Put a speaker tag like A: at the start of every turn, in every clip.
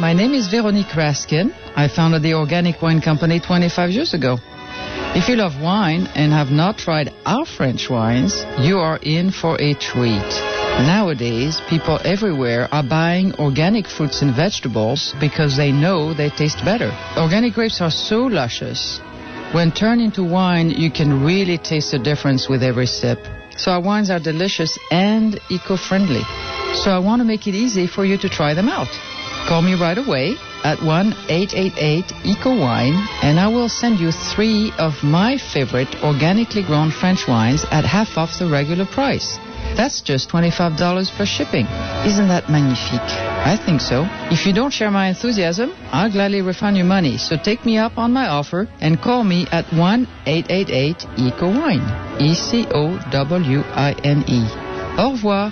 A: Veronique Raskin. I founded the Organic Wine Company 25 years ago. If you love wine and have not tried our French wines, you are in for a treat. Nowadays, people everywhere are buying organic fruits and vegetables because they know they taste better. Organic grapes are so luscious. When turned into wine, you can really taste the difference with every sip. So our wines are delicious and eco-friendly. So I want to make it easy for you to try them out. Call me right away at E 1-888-ECO-WINE and I will send you three of my favorite organically grown French wines at half off the regular price. That's just $25 plus shipping. Isn't that magnifique? I think so. If you don't share my enthusiasm, I'll gladly refund your money. So take me up on my offer and call me at 1-888-ECOWINE. E-C-O-W-I-N-E. E. Au revoir.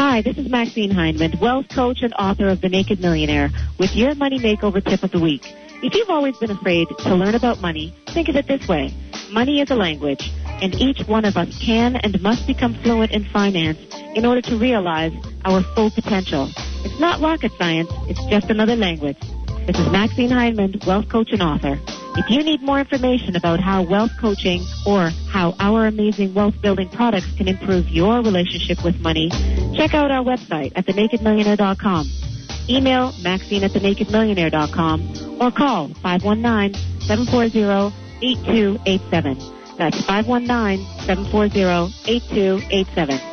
B: Hi, this is Maxine Hindman, wealth coach and author of The Naked Millionaire, with your money makeover tip of the week. If you've always been afraid to learn about money, think of it this way. Money is a language, and each one of us can and must become fluent in finance in order to realize our full potential. It's not rocket science, it's just another language. This is Maxine Hindman, wealth coach and author. If you need more information about how wealth coaching or how our amazing wealth building products can improve your relationship with money, check out our website at thenakedmillionaire.com. Email Maxine at thenakedmillionaire.com or call 519-740-8287. That's 519-740-8287.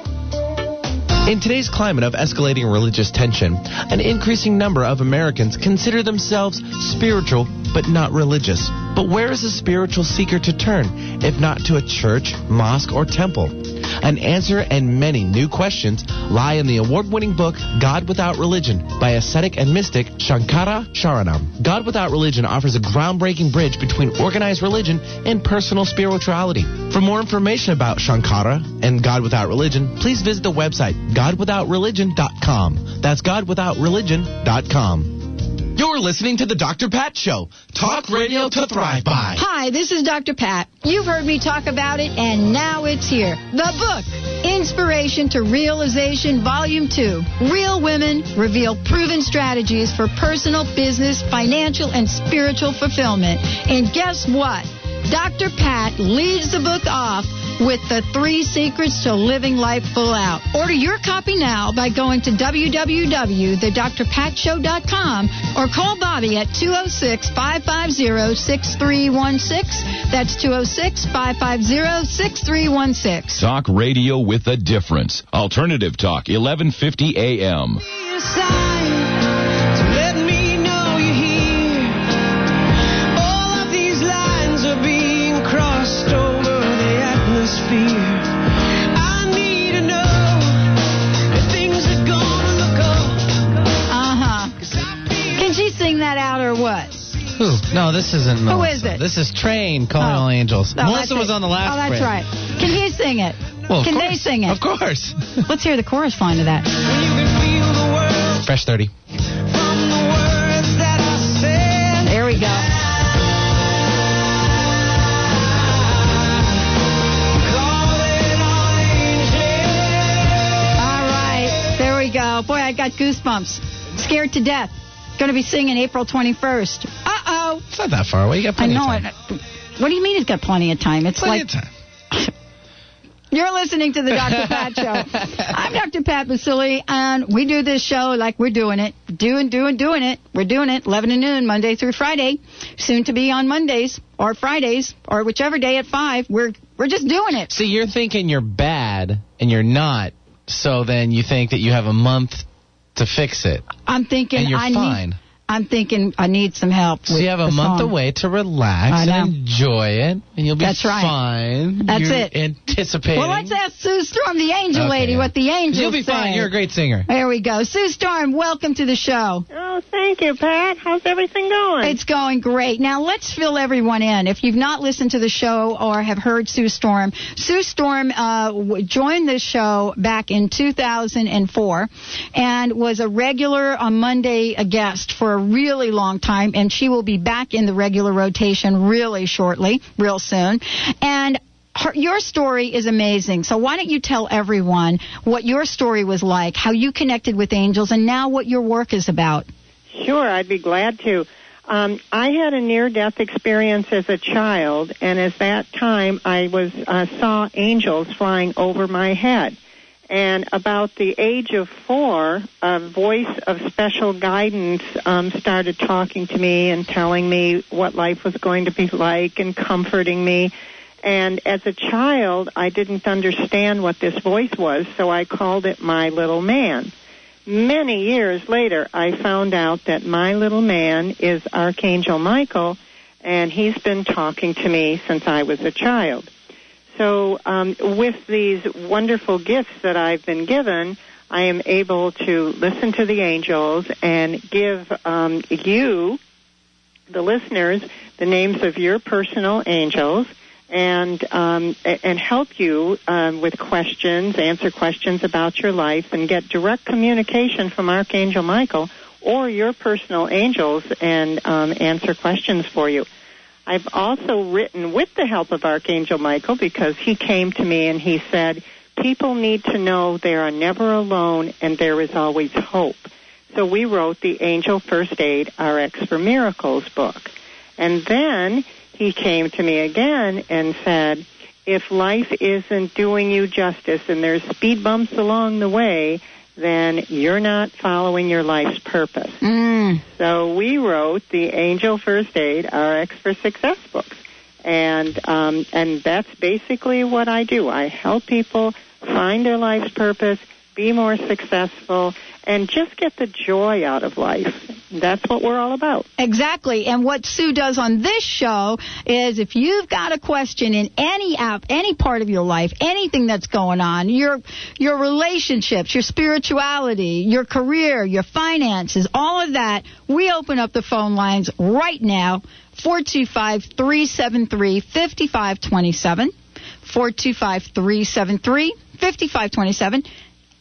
C: In today's climate of escalating religious tension, an increasing number of Americans consider themselves spiritual but not religious. But where is a spiritual seeker to turn if not to a church, mosque, or temple? An answer and many new questions lie in the award winning book God Without Religion by ascetic and mystic Shankara Charanam. God Without Religion offers a groundbreaking bridge between organized religion and personal spirituality. For more information about Shankara and God Without Religion, please visit the website godwithoutreligion.com. That's godwithoutreligion.com. You're listening to the Dr. Pat Show, talk radio to thrive by.
D: Hi, this is Dr. Pat. You've heard me talk about it, and now it's here. The book, Inspiration to Realization, Volume 2. Real women reveal proven strategies for personal, business, financial, and spiritual fulfillment. And guess what? Dr. Pat leads the book off with the three secrets to living life full out. Order your copy now by going to www.thedrpatshow.com or call Bobby at 206 550 6316. That's 206 550 6316.
E: Talk radio with a difference. Alternative Talk, 1150 AM.
D: Can she sing that out or what?
C: Who? No, this isn't Melissa.
D: is it?
C: This is Train calling
D: Oh.
C: all angels.
D: No,
C: Melissa
D: that's
C: was
D: it.
C: on the last
D: Oh,
C: break.
D: that's right. Can he sing it?
C: Well, of
D: Can they
C: course.
D: sing it?
C: Of course.
D: Let's hear the chorus line of that.
C: Fresh 30.
D: There we go. All right, there we go. Boy, I got goosebumps. Scared to death. Going to be singing April 21st. Uh oh.
C: It's not that far away. You got
D: I
C: plenty
D: know
C: of
D: it.
C: time.
D: What do you mean it's got plenty of time? It's
C: Plenty
D: like
C: of time.
D: You're listening to the Dr. Pat Show. I'm Dr. Pat Basili, and we do this show like we're doing it. Doing, doing, doing it. We're doing it 11 to noon, Monday through Friday. Soon to be on Mondays or Fridays or whichever day at 5. We're, we're just doing it.
C: See, you're thinking you're bad and you're not, so then you think that you have a month to fix it.
D: I'm thinking
C: And you're
D: I
C: fine.
D: need. I'm thinking I need some help.
C: So
D: with
C: you have a
D: the
C: month
D: song.
C: away to relax
D: I know.
C: and enjoy it, and you'll be
D: That's right.
C: fine.
D: That's
C: You're
D: it.
C: Anticipating.
D: Well, let's ask Sue Storm, the angel
C: Okay,
D: lady,
C: yeah.
D: what the angels
C: You'll be
D: say.
C: fine. You're a great singer.
D: There we go. Sue Storm, welcome to the show.
F: Oh, thank you, Pat. How's everything going?
D: It's going great. Now let's fill everyone in. If you've not listened to the show or have heard Sue Storm, Sue Storm uh, w- joined the show back in 2004 and was a regular on Monday a guest for a really long time, and she will be back in the regular rotation really shortly, real soon. And her, your story is amazing. So why don't you tell everyone what your story was like, how you connected with angels, and now what your work is about?
B: Sure, I'd be glad to. Um, I had a near-death experience as a child, and at that time, I was uh, saw angels flying over my head. And about the age of four, a voice of special guidance um, started talking to me and telling me what life was going to be like and comforting me. And as a child, I didn't understand what this voice was, so I called it my little man. Many years later, I found out that my little man is Archangel Michael, and he's been talking to me since I was a child. So, um, with these wonderful gifts that I've been given, I am able to listen to the angels and give um, you, the listeners, the names of your personal angels and um, a- and help you um, with questions, answer questions about your life, and get direct communication from Archangel Michael or your personal angels and um, answer questions for you. I've also written with the help of Archangel Michael because he came to me and he said, People need to know they are never alone and there is always hope. So we wrote the Angel First Aid RX for Miracles book. And then he came to me again and said, if life isn't doing you justice and there's speed bumps along the way, then you're not following your life's purpose.
D: Mm.
B: So we wrote the Angel First Aid RX for Success books, and um, and that's basically what I do. I help people find their life's purpose, be more successful, and just get the joy out of life. That's what we're all about.
D: Exactly. And what Sue does on this show is if you've got a question in any app, any part of your life, anything that's going on, your your relationships, your spirituality, your career, your finances, all of that, we open up the phone lines right now. 425-373-5527. 425-373-5527.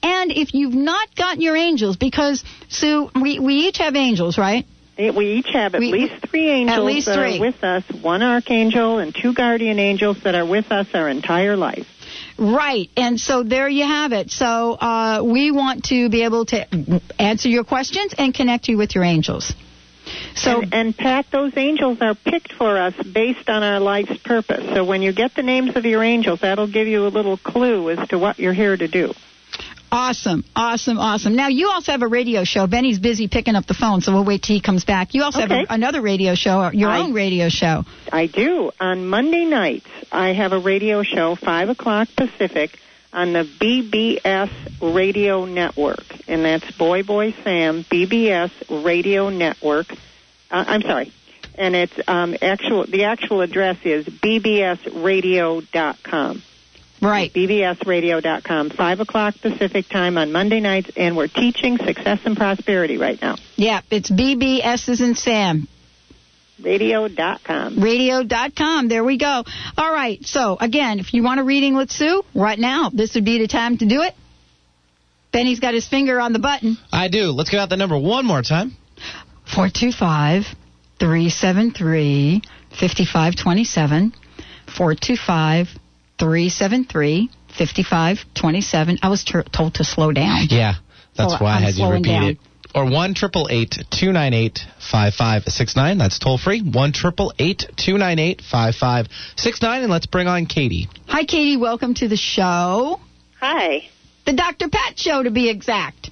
D: And if you've not gotten your angels, because Sue, we, we each have angels, right?
B: We each have at
D: We-
B: least three angels
D: least
B: that
D: three.
B: are with us, one archangel and two guardian angels that are with us our entire life.
D: Right. And so there you have it. So uh, we want to be able to answer your questions and connect you with your angels. So
B: and, and Pat, those angels are picked for us based on our life's purpose. So when you get the names of your angels, that'll give you a little clue as to what you're here to do.
D: awesome, awesome, awesome. Now you also have a radio show. Benny's busy picking up the phone, so we'll wait till he comes back. You also
B: Okay.
D: have a, another radio show, or your
B: I-
D: own radio show.
B: I do. On Monday nights, I have a radio show, 5 o'clock Pacific, on the BBS Radio Network. And that's Boy Boy Sam, BBS Radio Network. Uh, I'm sorry. And it's um, actual. the actual address is bbsradio.com.
D: Right.
B: bbsradio.com, 5 o'clock Pacific time on Monday nights, and we're teaching success and prosperity right now.
D: Yeah, it's BBS is in Sam.
B: Radio.com.
D: radio.com. There we go. All right. So, again, if you want a reading with Sue right now, this would be the time to do it. Benny's got his finger on the button.
C: I do. Let's get out the number one more time.
D: 425 373 5527. 425 373 5527. I was ter- told to slow down.
C: Yeah, that's
D: Oh,
C: why i
D: I'm
C: had you
D: slowing
C: repeat
D: down.
C: it. Or one triple eight two nine eight five five six nine. That's toll free. One triple eight two nine eight five five six nine. And let's bring on Katie.
D: Hi, Katie. Welcome to the show.
G: Hi.
D: The Dr. Pat Show, to be exact.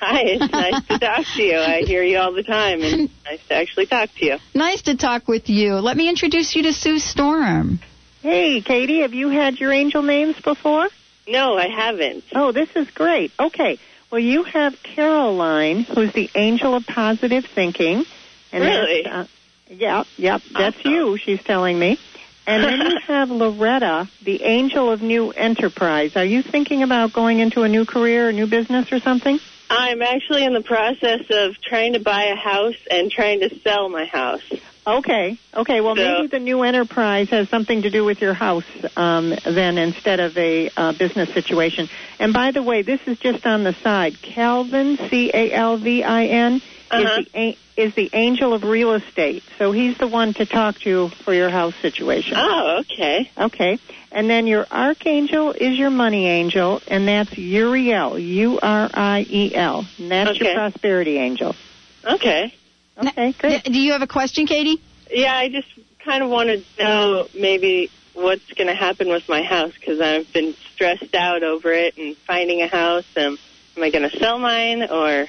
G: Hi, it's nice to talk to you. I hear you all the time, and it's nice to actually talk to you.
D: Nice to talk with you. Let me introduce you to Sue Storm.
B: Hey, Katie, have you had your angel names before?
G: No, I haven't.
B: Oh, this is great. Okay. Well, you have Caroline, who's the angel of positive thinking. And that's,
G: Really?
B: Uh, yep, yep. That's
G: Awesome.
B: you, she's telling me. And then you have Loretta, the angel of new enterprise. Are you thinking about going into a new career, a new business, or something?
G: I'm actually in the process of trying to buy a house and trying to sell my house.
B: Okay. Okay. Well,
G: So-
B: maybe the new enterprise has something to do with your house, um, then instead of a uh, business situation. And by the way, this is just on the side. Calvin, C A L V I N.
H: Uh-huh.
F: is, the, a- is the angel of real estate. So he's the one to talk to for your house situation.
H: Oh, okay.
F: Okay. And then your archangel is your money angel, and that's Uriel, U R I E L. And that's your
H: Okay.
F: prosperity angel.
H: Okay.
F: Okay,
D: D-
F: good.
D: do you have a question, Katie?
H: Yeah, I just kind of want to know maybe what's going to happen with my house because I've been stressed out over it and finding a house. And am I going to sell mine or is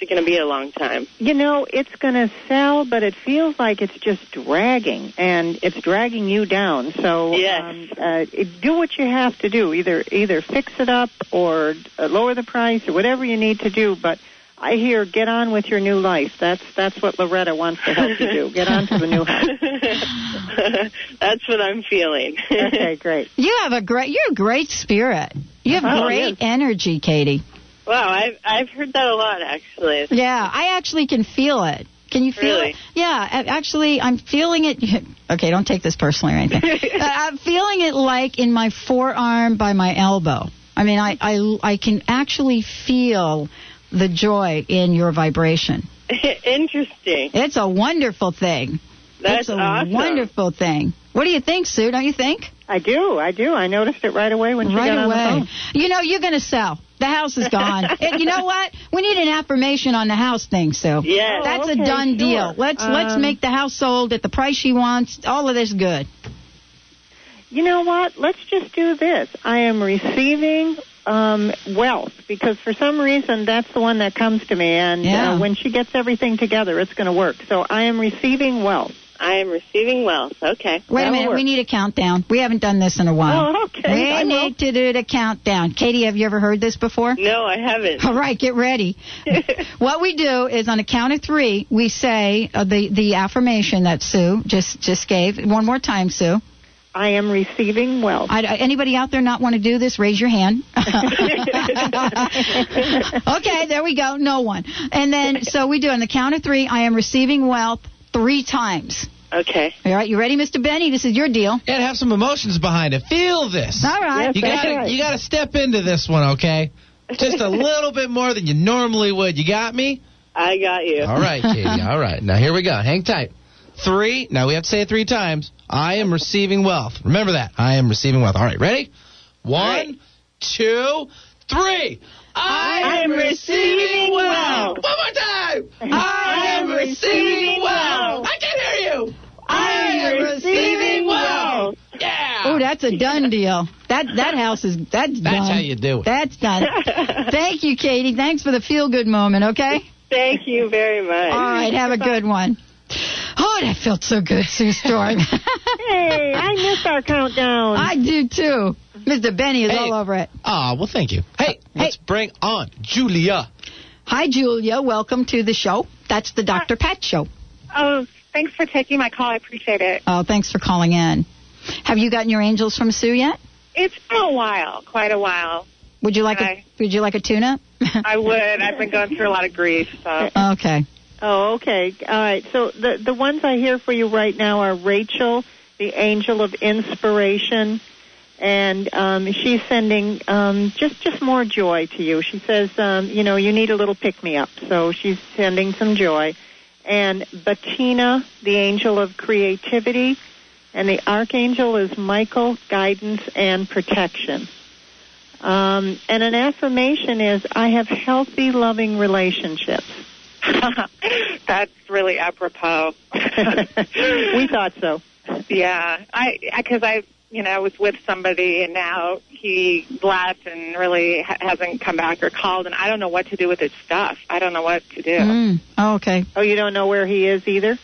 H: it going to be a long time?
F: You know, it's going to sell, but it feels like it's just dragging, and it's dragging you down. So
H: Yes.
F: um, uh, do what you have to do. Either either fix it up or uh, lower the price or whatever you need to do. But I hear get on with your new life. That's that's what Loretta wants to help you do. Get on to the new house.
H: That's what I'm feeling.
F: Okay, great.
D: You have a great, you're a great spirit. You have
H: Oh,
D: great energy, Katie.
H: wow, I've, I've heard that a lot, actually.
D: Yeah, I actually can feel it. Can you feel
H: Really?
D: it? Yeah, a- actually, I'm feeling it. Okay, don't take this personally or anything. Uh, I'm feeling it like in my forearm by my elbow. I mean, I, I, I can actually feel the joy in your vibration.
H: Interesting.
D: It's a wonderful thing.
H: That's
D: it's a
H: awesome.
D: wonderful thing. What do you think, Sue? Don't you think?
F: I do, I do. I noticed it right away when she
D: right
F: got on the
D: away.
F: phone.
D: You know, you're going to sell. The house is gone. And you know what? We need an affirmation on the house thing, Sue.
H: Yes.
D: That's
F: Oh, okay,
D: a done
F: sure.
D: deal. Let's let's
F: Um,
D: make the house sold at the price she wants. All of this good.
F: You know what? Let's just do this. I am receiving um, wealth because for some reason that's the one that comes to me. And
D: Yeah.
F: uh, when she gets everything together, it's going to work. So I am receiving wealth.
H: I am receiving wealth. Okay.
D: Wait a
F: That'll
D: minute,
F: work.
D: we need a countdown. We haven't done this in a while.
F: Oh, okay.
D: We
F: I will.
D: need to do the countdown. Katie, have you ever heard this before?
H: No, I haven't.
D: All right, get ready. what we do is on a count of three, we say uh, the the affirmation that Sue just just gave one more time, Sue.
F: I am receiving wealth.
D: I, I- anybody out there not want to do this? Raise your hand. okay, there we go. No one. And then, so we do on the count of three. I am receiving wealth three times.
H: Okay.
D: All right, you ready, Mr. Benny? This is your deal.
C: And have some emotions behind it. Feel this.
D: All right.
C: You
F: That's
C: gotta
F: right.
C: you gotta step into this one, okay? Just a little bit more than you normally would. You got me?
H: I got you.
C: All right, Katie. All right. Now here we go. Hang tight. Three. Now we have to say it three times. I am receiving wealth. Remember that. I am receiving wealth. All right. Ready? One, two, three. I, am receiving wealth. One more time. I am receiving wealth. I can hear you. I am receiving wealth.
D: Oh,
C: Yeah.
D: that's a done deal. That that house is that's done.
C: That's how you do it.
D: That's done. Thank you, Katie. Thanks for the feel good moment. Okay.
H: Thank you very much.
D: All right. Have a good one. Oh, that felt so good, Sue Storm.
F: hey, I missed our countdown.
D: I do too. Mr. Benny is
C: Hey.
D: all over it.
C: Aw, Ah, well, thank you. Hey, let's bring on Julia.
D: Hi, Julia. Welcome to the show. That's the Dr. Pat Show.
G: Oh, thanks for taking my call. I appreciate it.
D: Oh, thanks for calling in. Have you gotten your angels from Sue yet?
G: It's been a while, quite a while.
D: Would you like
G: Hi.
D: a Would you like a tuna?
G: I would. I've been going through a lot of grief. So.
D: okay.
F: Oh, okay. All right. So the the ones I hear for you right now are Rachel, the angel of inspiration, and um, she's sending um, just just more joy to you. She says, um, you know, you need a little pick me up, so she's sending some joy. And Bettina, the angel of creativity, and the archangel is Michael, guidance and protection. Um, and an affirmation is, I have healthy, loving relationships.
G: That's really apropos.
F: we thought so.
G: yeah, I because I you know was with somebody and now he left and really ha- hasn't come back or called and I don't know what to do with his stuff. I don't know what to do.
D: Mm. Oh, okay.
F: Oh, you don't know where he is either?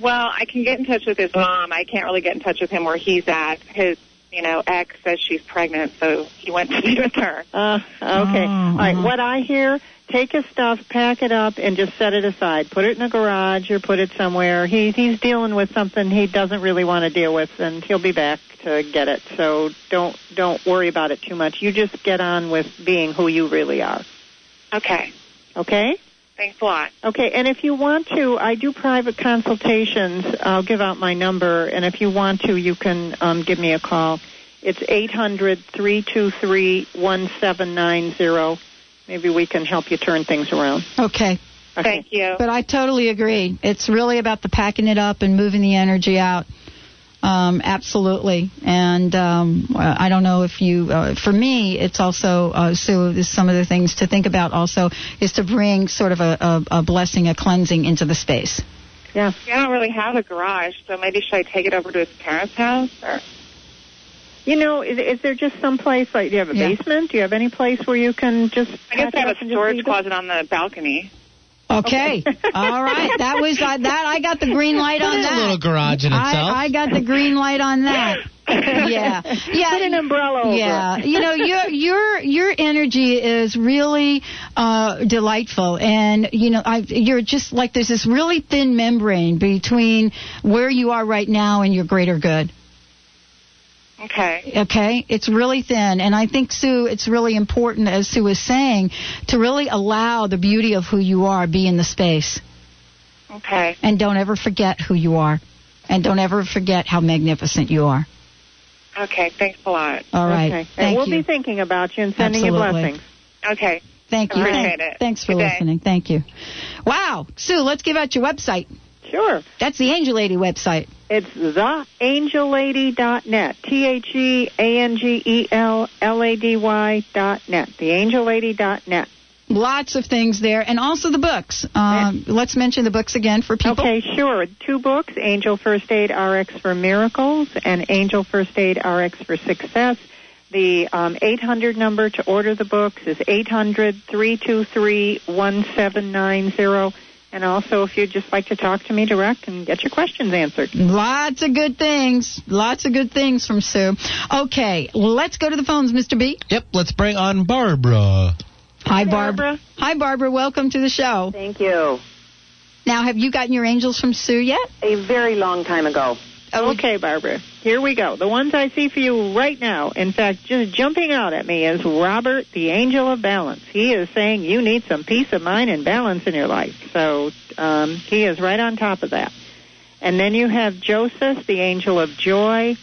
G: Well, I can get in touch with his mom. I can't really get in touch with him where he's at. His, you know, ex says she's pregnant, so he went to be with her.
F: Uh, okay. All right. What I hear, take his stuff, pack it up, and just set it aside. Put it in a garage or put it somewhere. He, he's dealing with something he doesn't really want to deal with, and he'll be back to get it. So don't don't worry about it too much. You just get on with being who you really are.
G: Okay.
F: Okay.
G: Thanks a lot.
F: Okay, and if you want to, I do private consultations. I'll give out my number, and if you want to, you can um, give me a call. It's eight hundred three two three one seven nine zero. Maybe we can help you turn things around.
D: Okay.
G: Thank you.
D: But I totally agree. It's really about the packing it up and moving the energy out. Um, absolutely. And um, uh, I don't know if you, uh, for me, it's also, uh, Sue, is some of the things to think about also is to bring sort of a, a, a blessing, a cleansing into the space.
F: Yeah.
G: I don't really have a garage, so maybe should I take it over to his parents' house? Or
F: You know, is, is there just some place like do you have a
D: Yeah.
F: basement? Do you have any place where you can just?
G: I guess
F: pack it
G: I have
F: up and
G: a
F: just leave
G: storage
F: it?
G: closet on the balcony.
D: Okay. All right. That was uh, that. I got the green light on
C: There's
D: that.
C: a little garage in itself.
D: I, I got the green light on that. Yeah. Yeah.
F: Put an umbrella over.
D: Yeah, you know your your your energy is really uh, delightful, and you know I you're just like there's this really thin membrane between where you are right now and your greater good.
G: Okay.
D: Okay, it's really thin, and I think Sue, it's really important as Sue was saying to really allow the beauty of who you are be in the space,
G: Okay.
D: and don't ever forget who you are, and don't ever forget how magnificent you are.
G: Okay. Thanks a lot.
D: All right,
F: Okay. and
D: thank
F: we'll
D: you.
F: be thinking about you and sending you
D: Absolutely.
F: blessings.
G: Okay.
D: Thank you.
G: Appreciate
D: Thank-
G: it.
D: Thanks for
G: Good day.
D: listening. Thank you. Wow. Sue, let's give out your website.
F: Sure.
D: That's the Angel Lady website.
F: It's theangellady.net. T H E A N G E L L A D Y dot net. Theangellady.net.
D: Lots of things there, and also the books. Um, Let's mention the books again for people.
F: Okay, sure. Two books Angel First Aid RX for Miracles and Angel First Aid RX for Success. The um, 800 number to order the books is 800 323 1790. And also, if you'd just like to talk to me direct and get your questions answered.
D: Lots of good things. Lots of good things from Sue. Okay, let's go to the phones, Mr. B.
C: Yep, let's bring on Barbara.
D: Hi, Barbara. Hi, Barbara. Welcome to the show.
I: Thank you.
D: Now, have you gotten your angels from Sue yet?
I: A very long time ago.
F: Okay, Barbara. Here we go. The ones I see for you right now, in fact, just jumping out at me is Robert, the angel of balance. He is saying you need some peace of mind and balance in your life. So um, he is right on top of that. And then you have Joseph, the angel of joy,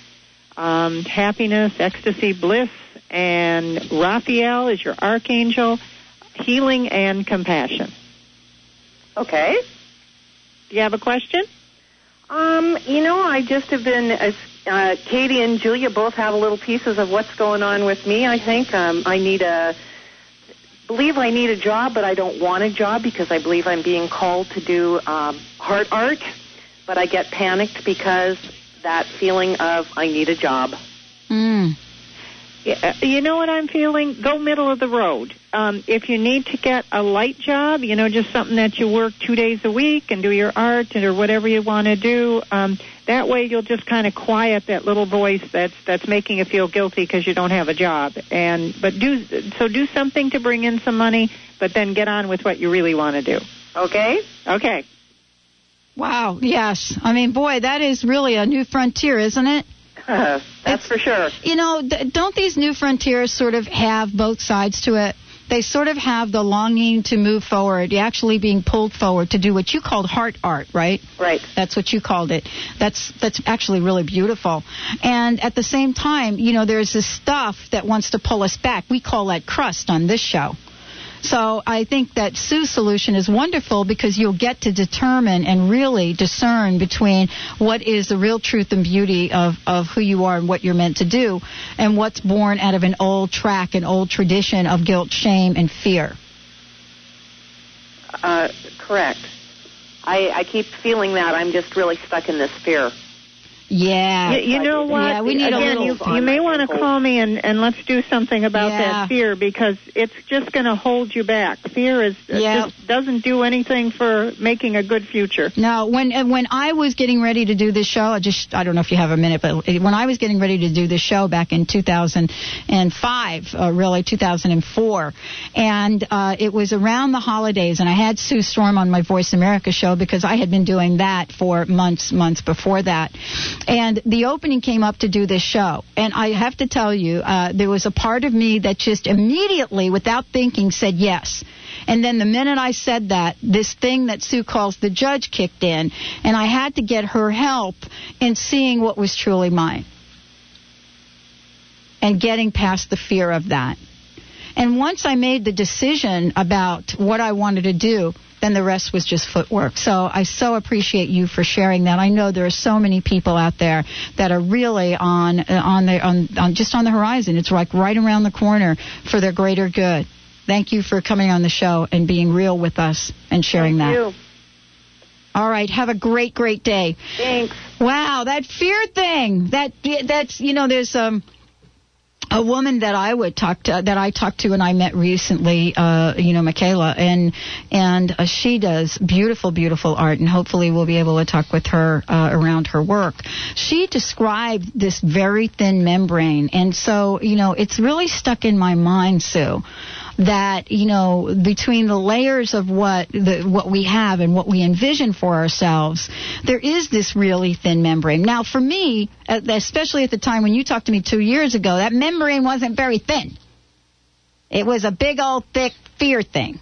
F: um, happiness, ecstasy, bliss, and Raphael is your archangel, healing and compassion.
I: Okay.
F: Do you have a question?
I: Um, you know, I just have been. as, Uh, Katie and Julia both have little pieces of what's going on with me. I think um, I need a. Believe I need a job, but I don't want a job because I believe I'm being called to do um, heart art. But I get panicked because that feeling of I need a job.
D: Mm.
F: Yeah, you know what I'm feeling? Go middle of the road. Um, if you need to get a light job, you know, just something that you work two days a week and do your art and or whatever you want to do, um, that way you'll just kind of quiet that little voice that's that's making you feel guilty because you don't have a job. And but do so do something to bring in some money, but then get on with what you really want to do.
I: Okay.
F: Okay.
D: Wow. Yes. I mean, boy, that is really a new frontier, isn't it?
I: That's for sure.
D: you know, th- don't these new frontiers sort of have both sides to it? They sort of have the longing to move forward, actually being pulled forward to do what you called heart art, right?
I: Right.
D: That's what you called it. That's that's actually really beautiful. And at the same time, you know, there's this stuff that wants to pull us back. We call that crust on this show. So I think that Sue's solution is wonderful because you'll get to determine and really discern between what is the real truth and beauty of, of who you are and what you're meant to do and what's born out of an old track, an old tradition of guilt, shame, and fear.
I: Uh, correct. I, I keep feeling that I'm just really stuck in this fear.
D: Yeah.
F: You, you know what?
D: Yeah, we need a
F: Again,
D: little-
F: you, you may want to call me and, and let's do something about
D: Yeah.
F: that fear because it's just going to hold you back. Fear is it
D: Yeah.
F: just doesn't do anything for making a good future.
D: No, when uh, when I was getting ready to do this show, I just I don't know if you have a minute, but when I was getting ready to do this show back in 2005, uh, really 2004, and uh, it was around the holidays, and I had Sue Storm on my Voice America show because I had been doing that for months, months before that, and the opening came up to do this show, and I have to tell you, uh, there was a part of me that just immediately, without thinking, said yes. And then the minute I said that, this thing that Sue calls the judge kicked in, and I had to get her help in seeing what was truly mine and getting past the fear of that. And once I made the decision about what I wanted to do, then the rest was just footwork. So I so appreciate you for sharing that. I know there are so many people out there that are really on uh, on the on, on just on the horizon. It's like right around the corner for their greater good. Thank you for coming on the show and being real with us and sharing that.
I: You.
D: All right, have a great, great day.
I: Thanks.
D: Wow, that fear thing. That that's you know there's um a woman that I would talk to that I talked to and I met recently uh you know Michaela and and uh, she does beautiful beautiful art and hopefully we'll be able to talk with her uh, around her work. She described this very thin membrane and so you know it's really stuck in my mind Sue that you know between the layers of what the what we have and what we envision for ourselves there is this really thin membrane now for me uh, especially at the time when you talked to me 2 years ago that membrane wasn't very thin it was a big old thick fear thing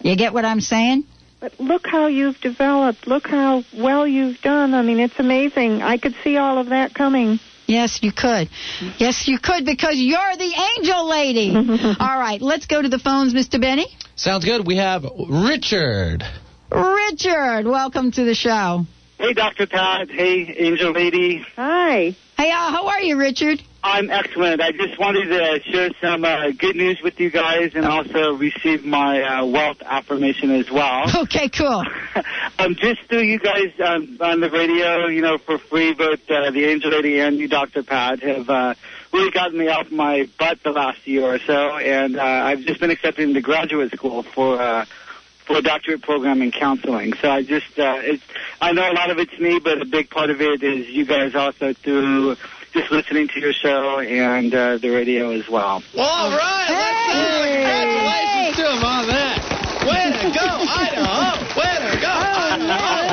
D: you get what i'm saying
F: But look how you've developed. Look how well you've done. I mean, it's amazing. I could see all of that coming.
D: Yes, you could. Yes, you could because you're the angel lady. All right, let's go to the phones, Mr. Benny.
C: Sounds good. We have Richard.
D: Richard, welcome to the show.
J: Hey, Dr. Todd. Hey, Angel Lady.
F: Hi.
D: Hey, uh, how are you, Richard?
J: I'm excellent. I just wanted to share some uh, good news with you guys and also receive my uh, wealth affirmation as well.
D: Okay, cool.
J: um, just through you guys um, on the radio, you know, for free, both uh, the Angel Lady and you, Dr. Pat, have uh, really gotten me off my butt the last year or so, and uh, I've just been accepted into graduate school for. Uh, for a doctorate program in counseling, so I just uh, it's, I know a lot of it's me, but a big part of it is you guys also through just listening to your show and uh, the radio as well.
C: All right. Let's congratulations to him on that. Way to go, Idaho. Way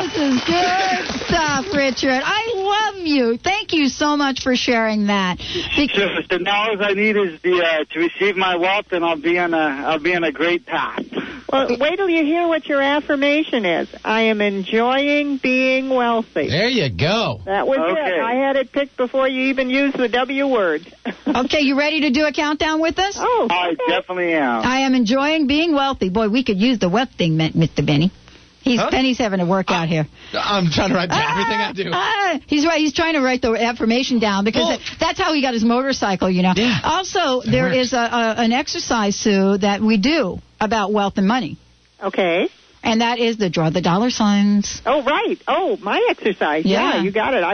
C: to go.
D: This is good stuff, Richard. I love you. Thank you so much for sharing that. Be-
J: So, so now all I need is the uh, to receive my wealth, and I'll be on a I'll be on a great path.
F: Well, wait till you hear what your affirmation is. I am enjoying being wealthy.
C: There you go.
F: That was
J: Okay.
F: it. I had it picked before you even used the W word.
D: Okay, you ready to do a countdown with us?
F: oh,
J: I
F: okay.
J: definitely am.
D: I am enjoying being wealthy. Boy, we could use the wealth thing, Ma- Mr. Benny. He's
C: Huh?
D: Benny's having a workout here.
C: I'm trying to write down everything I do.
D: Ah, he's right. He's trying to write the affirmation down because
C: Well-
D: that- that's how he got his motorcycle, you know.
C: Yeah.
D: Also, there
C: works.
D: is a, a, an exercise, Sue, that we do about wealth and money.
F: Okay.
D: And that is the draw the dollar signs.
F: Oh, right. Oh, my exercise.
D: Yeah.
F: you got it. I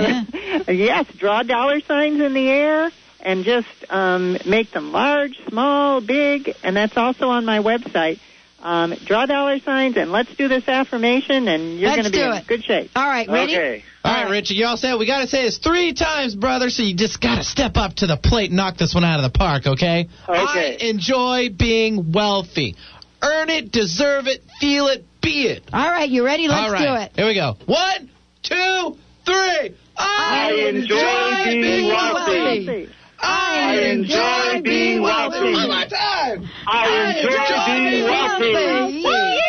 F: was, yes, draw dollar signs in the air and just um, make them large, small, big, and that's also on my website. Um, draw dollar signs and let's do this affirmation, and you're
D: Let's
F: going to be
D: do
F: in
D: it.
F: good shape.
D: All right, ready?
J: Okay.
C: All right, Richard, you all said we got to say this three times, brother, so you just got to step up to the plate and knock this one out of the park, okay? I enjoy being wealthy. Earn it, deserve it, feel it, be it.
D: All right, you ready? Let's
C: all right,
D: do it.
C: here we go. One, two, three. I,
J: enjoy being wealthy.
C: I
J: enjoy being wealthy.
C: One more time.
J: I enjoy being wealthy.
D: Woo!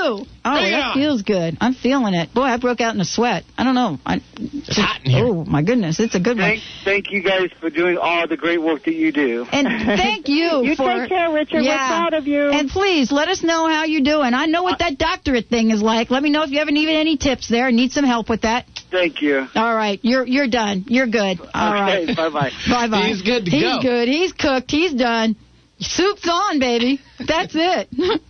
D: Oh,
C: Bring it
D: that
C: on.
D: feels good. I'm feeling it. Boy, I broke out in a sweat. I don't know. I, it's
C: hot in here.
D: Oh my goodness, it's a good one.
J: Thank thank you guys for doing all the great work that you do.
D: And thank you.
F: You
D: for,
F: take care, Richard.
D: Yeah.
F: We're proud of you.
D: And please let us know how you're doing. I know what that doctorate thing is like. Let me know if you haven't even any tips there. Need some help with that.
J: Thank you.
D: All right, you're you're done. You're good. All right.
J: okay. Bye bye.
D: Bye bye.
C: He's good to
D: He's
C: go.
D: good. He's cooked. He's done. Soup's on, baby. That's it.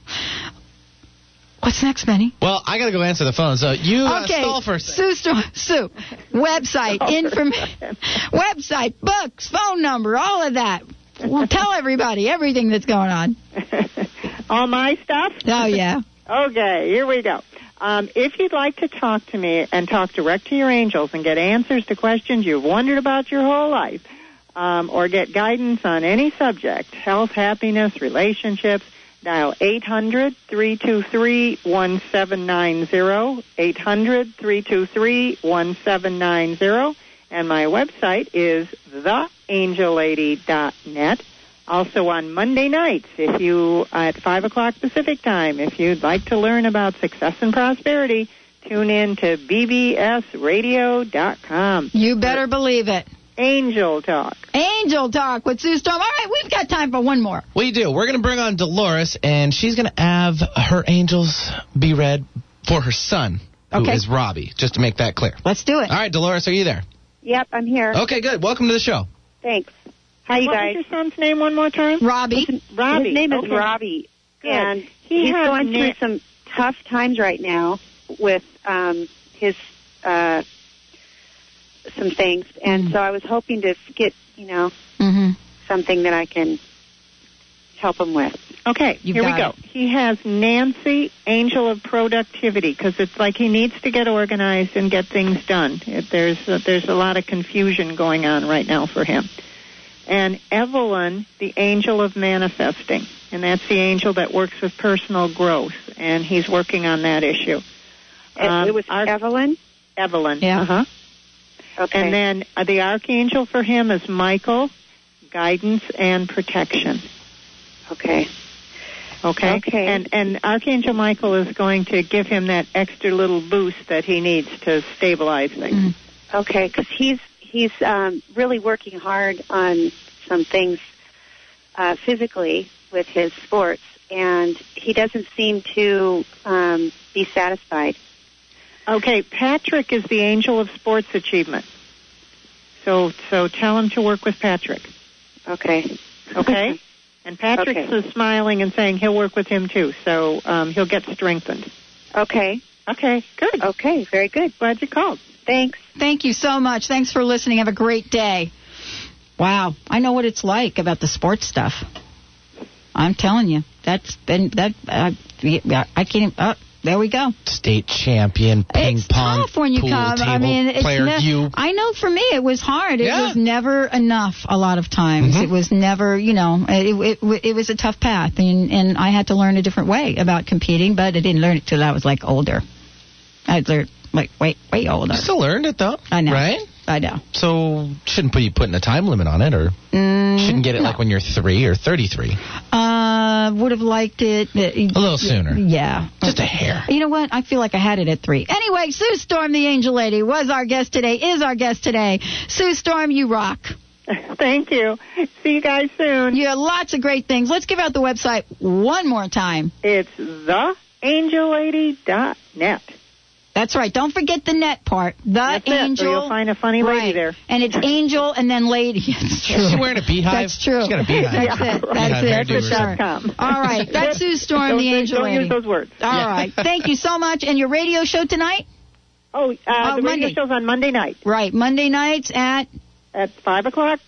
D: What's next, Benny?
C: Well, I got to go answer the phone, so you uh,
D: okay.
C: stall for a second.
D: Sue, Sto- Sue. Website, information, website, books, phone number, all of that. Well, tell everybody everything that's going on.
F: All my stuff.
D: Oh yeah.
F: Okay, here we go. Um, if you'd like to talk to me and talk direct to your angels and get answers to questions you've wondered about your whole life, um, or get guidance on any subject health, happiness, relationships dial 800 323 1790. 800 323 1790. And my website is theangellady.net. Also on Monday nights, if you at five o'clock Pacific time, if you'd like to learn about success and prosperity, tune in to bbsradio.com.
D: You better believe it.
F: Angel Talk.
D: Angel Talk with Sue Storm. All right, we've got time for one more.
C: We do. We're going to bring on Dolores, and she's going to have her angels be read for her son, who is
D: Okay.
C: Robbie, just to make that clear.
D: Let's do it.
C: All right, Dolores, are you there?
K: Yep, I'm here.
C: Okay, good. Welcome to the show.
K: Thanks. Hi, you
F: what
K: guys.
F: was your son's name one more time?
D: Robbie.
F: Robbie.
K: His name is
F: Okay.
K: Robbie,
F: Good.
K: and
F: He
K: he's
F: had
K: going
F: na-
K: through some tough times right now with um, his uh, some things. And
F: Mm-hmm.
K: so I was hoping to get you know
D: Mm-hmm.
K: something that I can help him with.
F: Okay,
D: You've
F: here we go.
D: got
F: He has Nancy, Angel of Productivity, because it's like he needs to get organized and get things done. It, there's uh, there's a lot of confusion going on right now for him. And Evelyn, the Angel of Manifesting, and that's the angel that works with personal growth, and he's working on that issue.
K: It- Uh, it was
F: our-
K: Evelyn.
F: Evelyn.
D: Yeah.
F: Uh-huh.
K: Okay.
F: And then uh, the archangel for him is Michael, guidance and protection.
K: okay.
F: Okay.
K: Okay.
F: And and Archangel Michael is going to give him that extra little boost that he needs to stabilize things.
K: Okay, because he's he's um, really working hard on some things uh, physically with his sports, and he doesn't seem to um, be satisfied.
F: Okay. Patrick is the angel of sports achievement. So so tell him to work with Patrick.
K: Okay,
F: Okay. and Patrick's
K: Okay.
F: is smiling and saying he'll work with him too. So um, he'll get strengthened.
K: okay,
F: Okay. Good.
K: okay, very good.
F: Glad you called.
K: Thanks.
D: Thank you so much. Thanks for listening. Have a great day. Wow, I know what it's like about the sports stuff. I'm telling you, that's been that. I, I can't. Even, oh, there we go.
C: State champion, ping
D: it's
C: pong,
D: tough when you
C: pool
D: come.
C: table
D: I mean, it's
C: player,
D: ne-
C: you.
D: I know for me it was hard. It
C: Yeah. Mm-hmm.
D: was never enough. A lot of times it was never. You know, it, it it was a tough path, and and I had to learn a different way about competing. But I didn't learn it till I was like older. I learned like way way older.
C: You still learned it, though.
D: I know.
C: Right?
D: I know.
C: So, shouldn't put you putting a time limit on it, or
D: Mm-hmm.
C: shouldn't get it like when you're three or 33.
D: Uh, would have liked it. uh,
C: A little sooner.
D: Yeah. Mm-hmm.
C: Just a hair.
D: You know what? I feel like I had it at three. Anyway, Sue Storm, the Angel Lady, was our guest today, is our guest today. Sue Storm, you rock.
F: Thank you. See you guys soon.
D: You have lots of great things. Let's give out the website one more time.
F: It's theangellady.net.
D: That's right. Don't forget the net part. The
F: That's it. So
D: Angel.
F: you'll find a funny
D: right.
F: lady there.
D: And it's Angel and then Lady. It's true.
C: Is she wearing a beehive?
D: That's true.
C: She's got a beehive.
D: That's it.
C: Beehive
D: That's
C: hairdo or
D: it for sure.
C: something.
F: Com.
D: All right. That's Sue Storm,
F: Don't
D: the
F: say-
D: Angel
F: don't
D: Lady.
F: use those words.
D: All right. Thank you so much. And your radio show tonight?
F: Oh, uh, the
D: Monday.
F: radio show's on Monday night
D: Right. Monday nights at
F: at 5 o'clock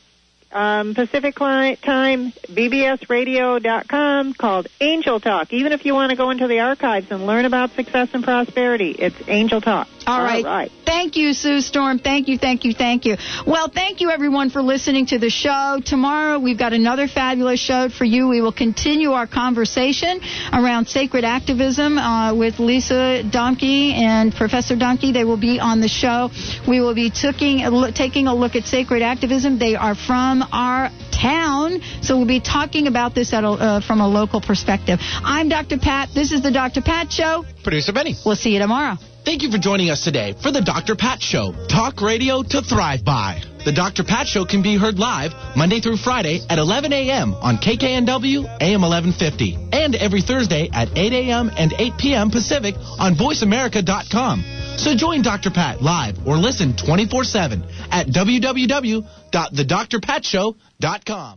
F: um, Pacific li- time, bbsradio.com, called Angel Talk. Even if you want to go into the archives and learn about success and prosperity, it's Angel Talk.
D: All right.
F: All right.
D: Thank you, Sue Storm. Thank you, thank you, thank you. Well, thank you, everyone, for listening to the show. Tomorrow, we've got another fabulous show for you. We will continue our conversation around sacred activism uh, with Lisa Donkey and Professor Donkey. They will be on the show. We will be taking a look- taking a look at sacred activism. They are from our town, so we'll be talking about this at a, uh, from a local perspective. I'm Dr. Pat. This is the Dr. Pat Show.
C: Producer Benny.
D: We'll see you tomorrow.
C: Thank you for joining us today for the Dr. Pat Show, talk radio to thrive by. The Dr. Pat Show can be heard live Monday through Friday at 11 a.m. on KKNW AM 1150 and every Thursday at 8 a.m. and 8 p.m. Pacific on voiceamerica.com. So join Dr. Pat live or listen 24 7 at www.thedrpatshow.com.